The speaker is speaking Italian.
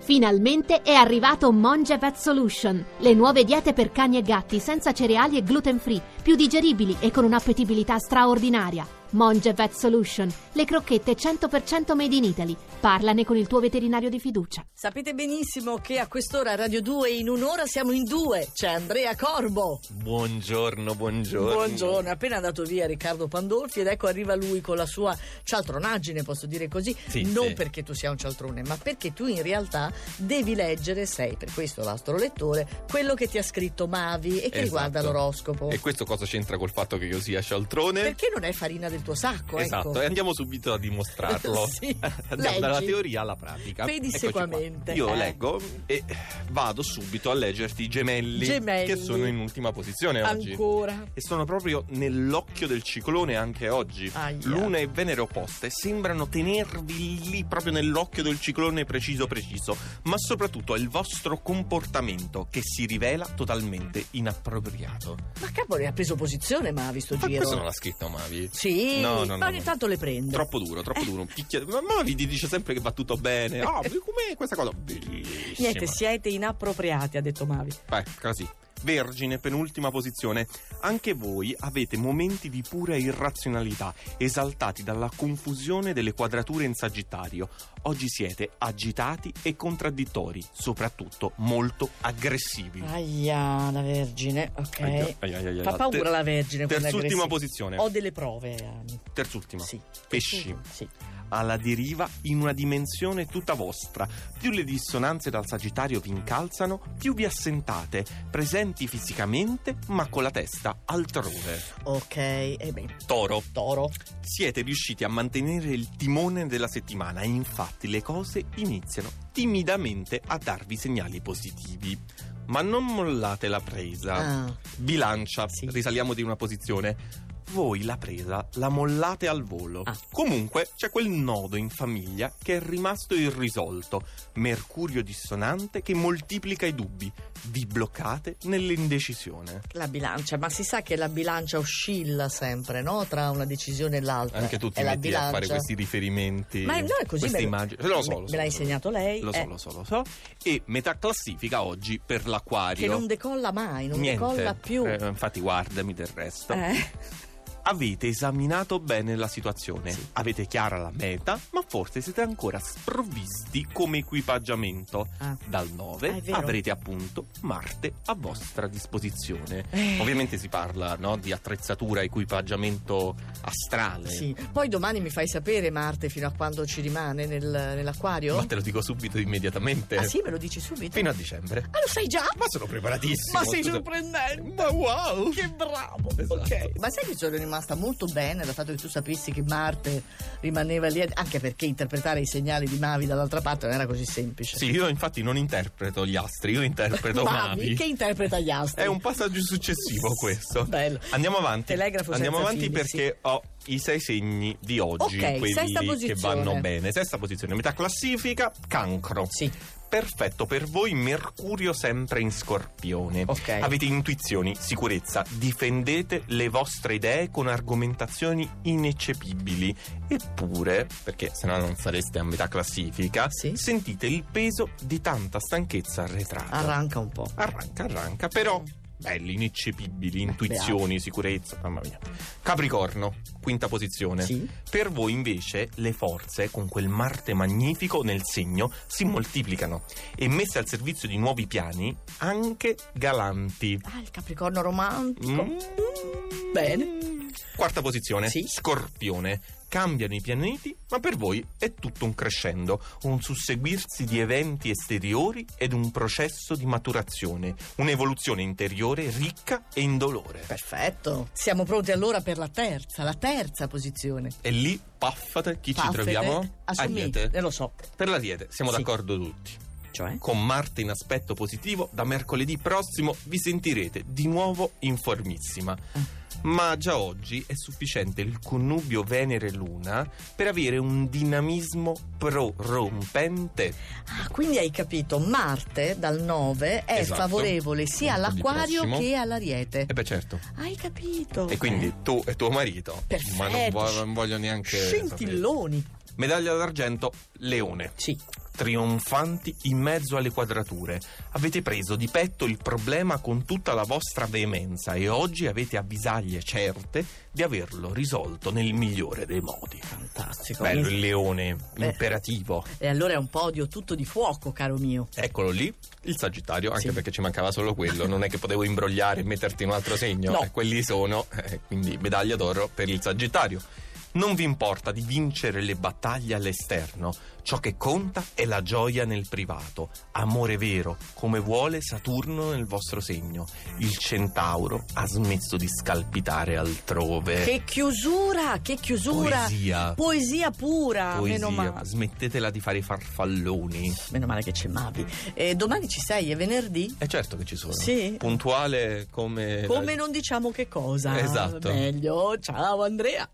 Finalmente è arrivato Monge Vet Solution, le nuove diete per cani e gatti senza cereali e gluten free, più digeribili e con un'appetibilità straordinaria. Monge Vet Solution, le crocchette 100% made in Italy. Parlane con il tuo veterinario di fiducia. Sapete benissimo che a quest'ora Radio 2 in un'ora siamo in due. C'è Andrea Corbo. Buongiorno, buongiorno. Buongiorno, è appena andato via Riccardo Pandolfi ed ecco arriva lui con la sua cialtronaggine, posso dire così. Sì, non sì. perché tu sia un cialtrone, ma perché tu in realtà devi leggere, sei per questo l'astrolettore, quello che ti ha scritto Mavi e che Esatto. riguarda l'oroscopo. E questo cosa c'entra col fatto che io sia scialtrone? Perché non è farina del tuo sacco? Esatto, ecco. e andiamo subito a dimostrarlo. Sì, andiamo dalla leggi. teoria alla pratica. Pedissequamente, Eccoci qua. Io eh. leggo e vado subito a leggerti i gemelli, Gemelli. che sono in ultima posizione oggi. Ancora. E sono proprio nell'occhio del ciclone anche oggi. Aia. Luna e Venere opposte sembrano tenervi lì proprio nell'occhio del ciclone preciso preciso, ma soprattutto è il vostro comportamento che si rivela totalmente inappropriato. Ma cavolo, ha preso posizione Mavi sto Ma giro. questo non l'ha scritto Mavi. Sì, No, no, ma no, ogni no. tanto le prende. Troppo duro, Eh. troppo duro. Picchia... Ma Mavi ti dice sempre che va tutto bene. Ah, com'è questa cosa? Bellissima. Niente, siete inappropriati, ha detto Mavi. Beh, così. Vergine, penultima posizione. Anche voi avete momenti di pura irrazionalità, esaltati dalla confusione delle quadrature in Sagittario. Oggi siete agitati e contraddittori, soprattutto molto aggressivi. Aia, la Vergine, ok. Aia, aia, aia, aia. Fa paura Ter- la Vergine quando è Terz'ultima aggressiva. posizione. Ho delle prove. ehm, Terz'ultima. Sì. Pesci. Sì. alla deriva in una dimensione tutta vostra. Più le dissonanze dal Sagittario vi incalzano, più vi assentate, presenti fisicamente ma con la testa altrove. Ok, e beh, Toro, Toro. siete riusciti a mantenere il timone della settimana e infatti le cose iniziano timidamente a darvi segnali positivi. Ma non mollate la presa. Ah, Bilancia, Sì. risaliamo di una posizione. Voi la presa la mollate al volo. Ah. Comunque c'è quel nodo in famiglia che è rimasto irrisolto. Mercurio dissonante che moltiplica i dubbi. Vi bloccate nell'indecisione. la bilancia, ma si sa che la bilancia oscilla sempre, no? Tra una decisione e l'altra. Anche tu tutti ti Eh, la metti a bilancia. fare questi riferimenti. Ma no, è così. Queste me- immagini. Lo so, me- lo so, Me l'ha lo so. insegnato lei. Lo eh, so, lo so, lo so. E metà classifica oggi per l'acquario. Che non decolla mai, non Niente. decolla più. Eh, infatti, guardami del resto. Eh. Avete esaminato bene la situazione, Sì. avete chiara la meta, ma forse siete ancora sprovvisti come equipaggiamento. Ah. Dal Ah, è 9 vero. avrete appunto Marte a vostra disposizione. Eh. Ovviamente si parla no, di attrezzatura, equipaggiamento astrale. Sì, poi domani mi fai sapere Marte fino a quando ci rimane nel- nell'acquario? Ma te lo dico subito immediatamente. Ah sì, me lo dici subito? Fino a dicembre. Ah, lo sai già? Ma sono preparatissimo. Ma sei scusa. sorprendente! Ma wow! Che bravo! Esatto. Ok. Ma sai che sono rimasta molto bene dal fatto che tu sapessi che Marte rimaneva lì, anche perché interpretare i segnali di Mavi dall'altra parte non era così semplice. Sì, io infatti non interpreto gli astri, io interpreto Mavi. che interpreta gli astri. È un passaggio successivo questo. Bello. Andiamo avanti. Telegrafo Andiamo senza avanti fili, perché ho i sei segni di oggi, Ok, quelli sesta che posizione. vanno bene. Sesta posizione, metà classifica, cancro. Sì, Perfetto per voi, Mercurio sempre in scorpione. ok. Avete intuizioni, sicurezza, difendete le vostre idee con argomentazioni ineccepibili. Eppure, perché sennò non sareste a metà classifica, Sì. sentite il peso di tanta stanchezza arretrata. Arranca un po'. Arranca, arranca, però belli, ineccepibili, intuizioni, sicurezza, mamma mia. Capricorno, quinta posizione. Sì. Per voi invece le forze, con quel Marte magnifico nel segno, si moltiplicano e messe al servizio di nuovi piani, anche galanti. Ah, il Capricorno romantico. Mm. Bene. Quarta posizione, Sì. Scorpione. Cambiano i pianeti, ma per voi è tutto un crescendo, un susseguirsi di eventi esteriori ed un processo di maturazione, un'evoluzione interiore ricca e indolore. Perfetto. Siamo pronti allora per la terza, la terza posizione. E lì, paffate, chi ci Paffete. troviamo? Assumi, eh, Ariete. lo so. Per l'Ariete, siamo Sì. d'accordo tutti. Cioè? Con Marte in aspetto positivo, da mercoledì prossimo vi sentirete di nuovo in formissima. Eh. Ma già oggi è sufficiente il connubio Venere-Luna per avere un dinamismo prorompente. Ah, quindi hai capito, Marte dal 9 è Esatto. favorevole sia Mercoledì all'acquario prossimo. che all'ariete. E beh certo. Hai capito. E quindi tu e tuo marito, Perfetto. ma non, vo- non voglio neanche... sapere. Scintilloni. Medaglia d'argento, leone. Sì. Trionfanti in mezzo alle quadrature. Avete preso di petto il problema con tutta la vostra veemenza e oggi avete avvisaglie certe di averlo risolto nel migliore dei modi. Fantastico. Bello il leone, Beh. imperativo. E allora è un podio tutto di fuoco, caro mio. Eccolo lì, il Sagittario, anche Sì. perché ci mancava solo quello, non è che potevo imbrogliare e metterti un altro segno, No. eh, quelli sono, eh, quindi medaglia d'oro per il Sagittario. Non vi importa di vincere le battaglie all'esterno, ciò che conta è la gioia nel privato, amore vero, come vuole Saturno nel vostro segno. Il Centauro ha smesso di scalpitare altrove. Che chiusura, che chiusura. Eh. Poesia. Poesia pura, Ah, meno Poesia, male. smettetela di fare i farfalloni. Meno male che c'è Mavi. Eh, domani ci sei, è venerdì? È certo che ci sono. Sì. Puntuale come... Come non diciamo che cosa. Esatto. Meglio. Ciao Andrea.